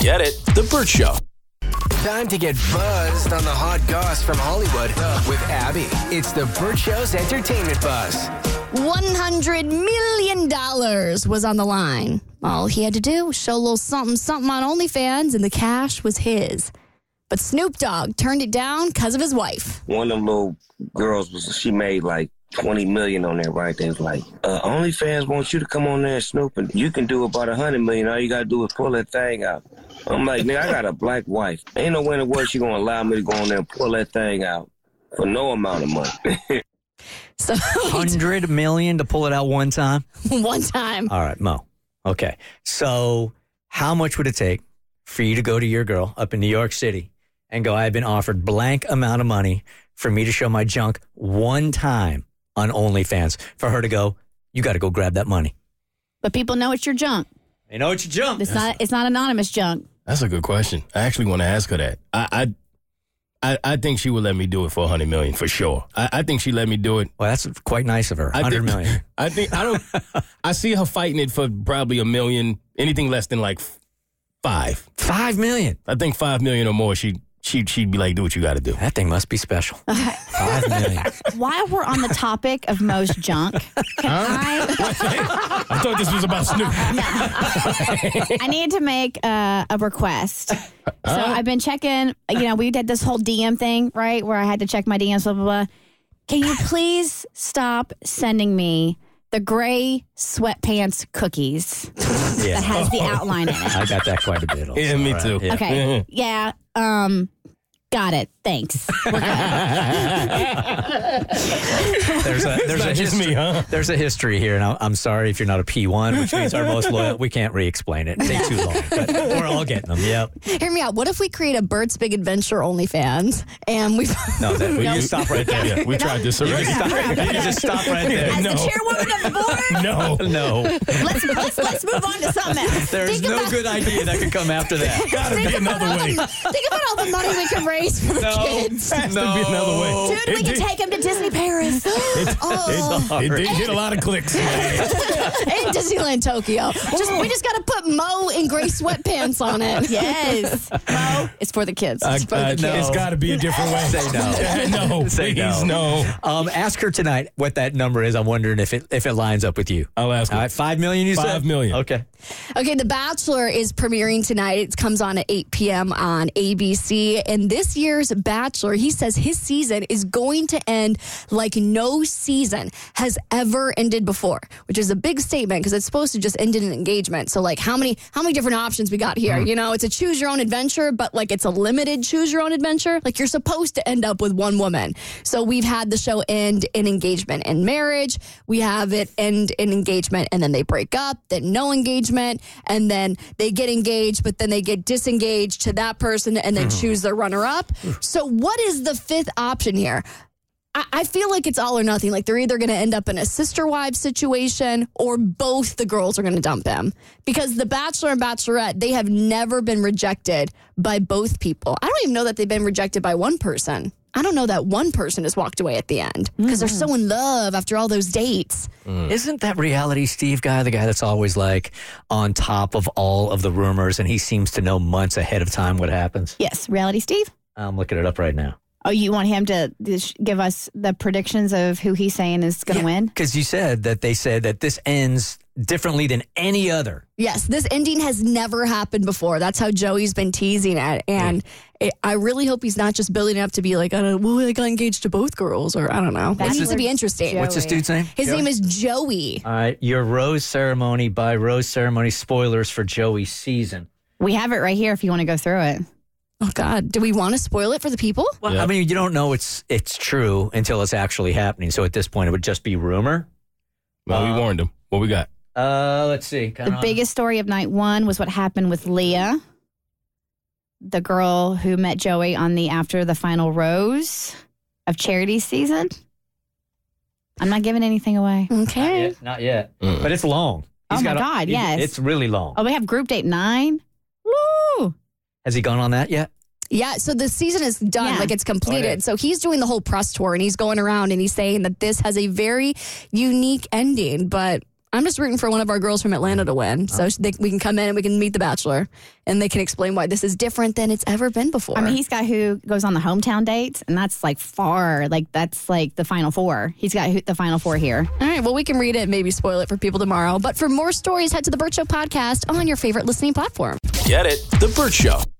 Get it? The Burt Show. Time to get buzzed on the hot goss from Hollywood with Abby. It's the Burt Show's entertainment buzz. $100 million was on the line. All he had to do was show a little something something on OnlyFans, and the cash was his. But Snoop Dogg turned it down because of his wife. one of them little girls was she made like 20 million on there right there It's like uh onlyfans wants you to come on there and snoop and you can do about a hundred million all you gotta do is pull that thing out i'm like nigga i got a black wife ain't no way in the world she gonna allow me to go on there and pull that thing out for no amount of money So Hundred million to pull it out one time. one time, All right, Mo. Okay, so how much would it take for you to go to your girl up in New York City and go? I've been offered blank amount of money for me to show my junk one time on OnlyFans. For her to go, you got to go grab that money. But people know it's your junk. You know it's your junk. It's not. It's not anonymous junk. That's a good question. I actually want to ask her that. I, I, I, I think she would let me do it for a hundred million for sure. I, I think she let me do it. Well, that's quite nice of her. I think- Hundred million. I think I don't. I see her fighting it for probably a million. Anything less than like f- five. Five million. I think five million or more. She she she'd be like, do what you got to do. That thing must be special. Five million. While we're on the topic of most junk, can I? I thought this was about Snoop. I need to make uh, a request. So Uh-huh. I've been checking. You know, we did this whole DM thing, right? Where I had to check my DMs. Blah blah blah. Can you please stop sending me the gray sweatpants cookies that Yeah, has the outline in it? I got that quite a bit. also. Yeah, me All right. too. Yeah. Okay. yeah. Um. Got it. Thanks. There's a there's a not just me, history. huh? There's a history here, and I'm, I'm sorry if you're not a P1, which means our most loyal. We can't re-explain it. It'd take too long, but we're all getting them. Yep. hear me out. What if we create a Burt's Big Adventure OnlyFans and we No, that, we just stop right there. Yeah, we tried this You, already. just stop, you just stop right there. As No. the chairwoman of the board, No. No, let's, let's let's move on to something else. there's Think no about- good idea that could come after that. Gotta be another way. think about all the money we can raise for the No, kids? Has to be another way. Dude, we can take him to Disney Paris. Oh, It did get a lot of clicks. and Disneyland Tokyo. Just, we just got to put Mo in gray sweatpants on it. yes. Mo, it's for the kids. It's for the Uh, kids. It's got to be a different way. Say no. Yeah, no, Say please, no. Um, ask her tonight what that number is. I'm wondering if it if it lines up with you. I'll ask All her. right, five million. You said Five million. Okay. Okay, The Bachelor is premiering tonight. It comes on at 8 p.m. on ABC. And this year's Bachelor, he says his season is going to end like no season has ever ended before, which is a big statement because it's supposed to just end in an engagement. So like how many how many different options we got here? You know, it's a choose your own adventure, but like it's a limited choose your own adventure. Like you're supposed to end up with one woman. So we've had the show end in engagement and marriage. We have it end in engagement and then they break up, then no engagement, and then they get engaged, but then they get disengaged to that person and then choose their runner up. So what is the fifth option here? I- I feel like it's all or nothing. Like they're either going to end up in a sister wives situation or both the girls are going to dump him. Because The Bachelor and Bachelorette, they have never been rejected by both people. I don't even know that they've been rejected by one person. I don't know that one person has walked away at the end because they're so in love after all those dates. Hmm. Isn't that reality Steve guy the guy that's always like on top of all of the rumors and he seems to know months ahead of time what happens? yes, reality Steve. I'm looking it up right now. Oh, you want him to dis- give us the predictions of who he's saying is going to win? Because you said that they said that this ends differently than any other. Yes, this ending has never happened before. That's how Joey's been teasing it, and it, I really hope he's not just building up to be like, I don't know, well, I got engaged to both girls, or I don't know. That's it needs to be where interesting. Joey- What's this dude's name? His name is Joey. All right, your rose ceremony by rose ceremony spoilers for Joey's season. We have it right here if you want to go through it. Oh God, do we want to spoil it for the people? Well, I mean, you don't know it's it's true until it's actually happening. So at this point, it would just be rumor. Well, we warned him. What we got? Uh, let's see. The biggest story of night one was what happened with Leah, the girl who met Joey on the after the final rose of charity season. I'm not giving anything away. Not Okay. yet. Not yet. Mm. But it's long. Oh He's my got a- God, he- yes. It's really long. Oh, we have group date nine. Woo! Has he gone on that yet? Yeah, so the season is done, Yeah. like it's completed. Oh, yeah. So he's doing the whole press tour and he's going around and he's saying that this has a very unique ending, but I'm just rooting for one of our girls from Atlanta to win, so Oh. they, we can come in and we can meet the Bachelor, and they can explain why this is different than it's ever been before. I mean, he's got who goes on the hometown dates, and that's like far. Like that's like the final four. He's got who, the final four here. All right, well, we can read it and maybe spoil it for people tomorrow. But for more stories, head to the Burt Show podcast on your favorite listening platform. Get it? The Burt Show.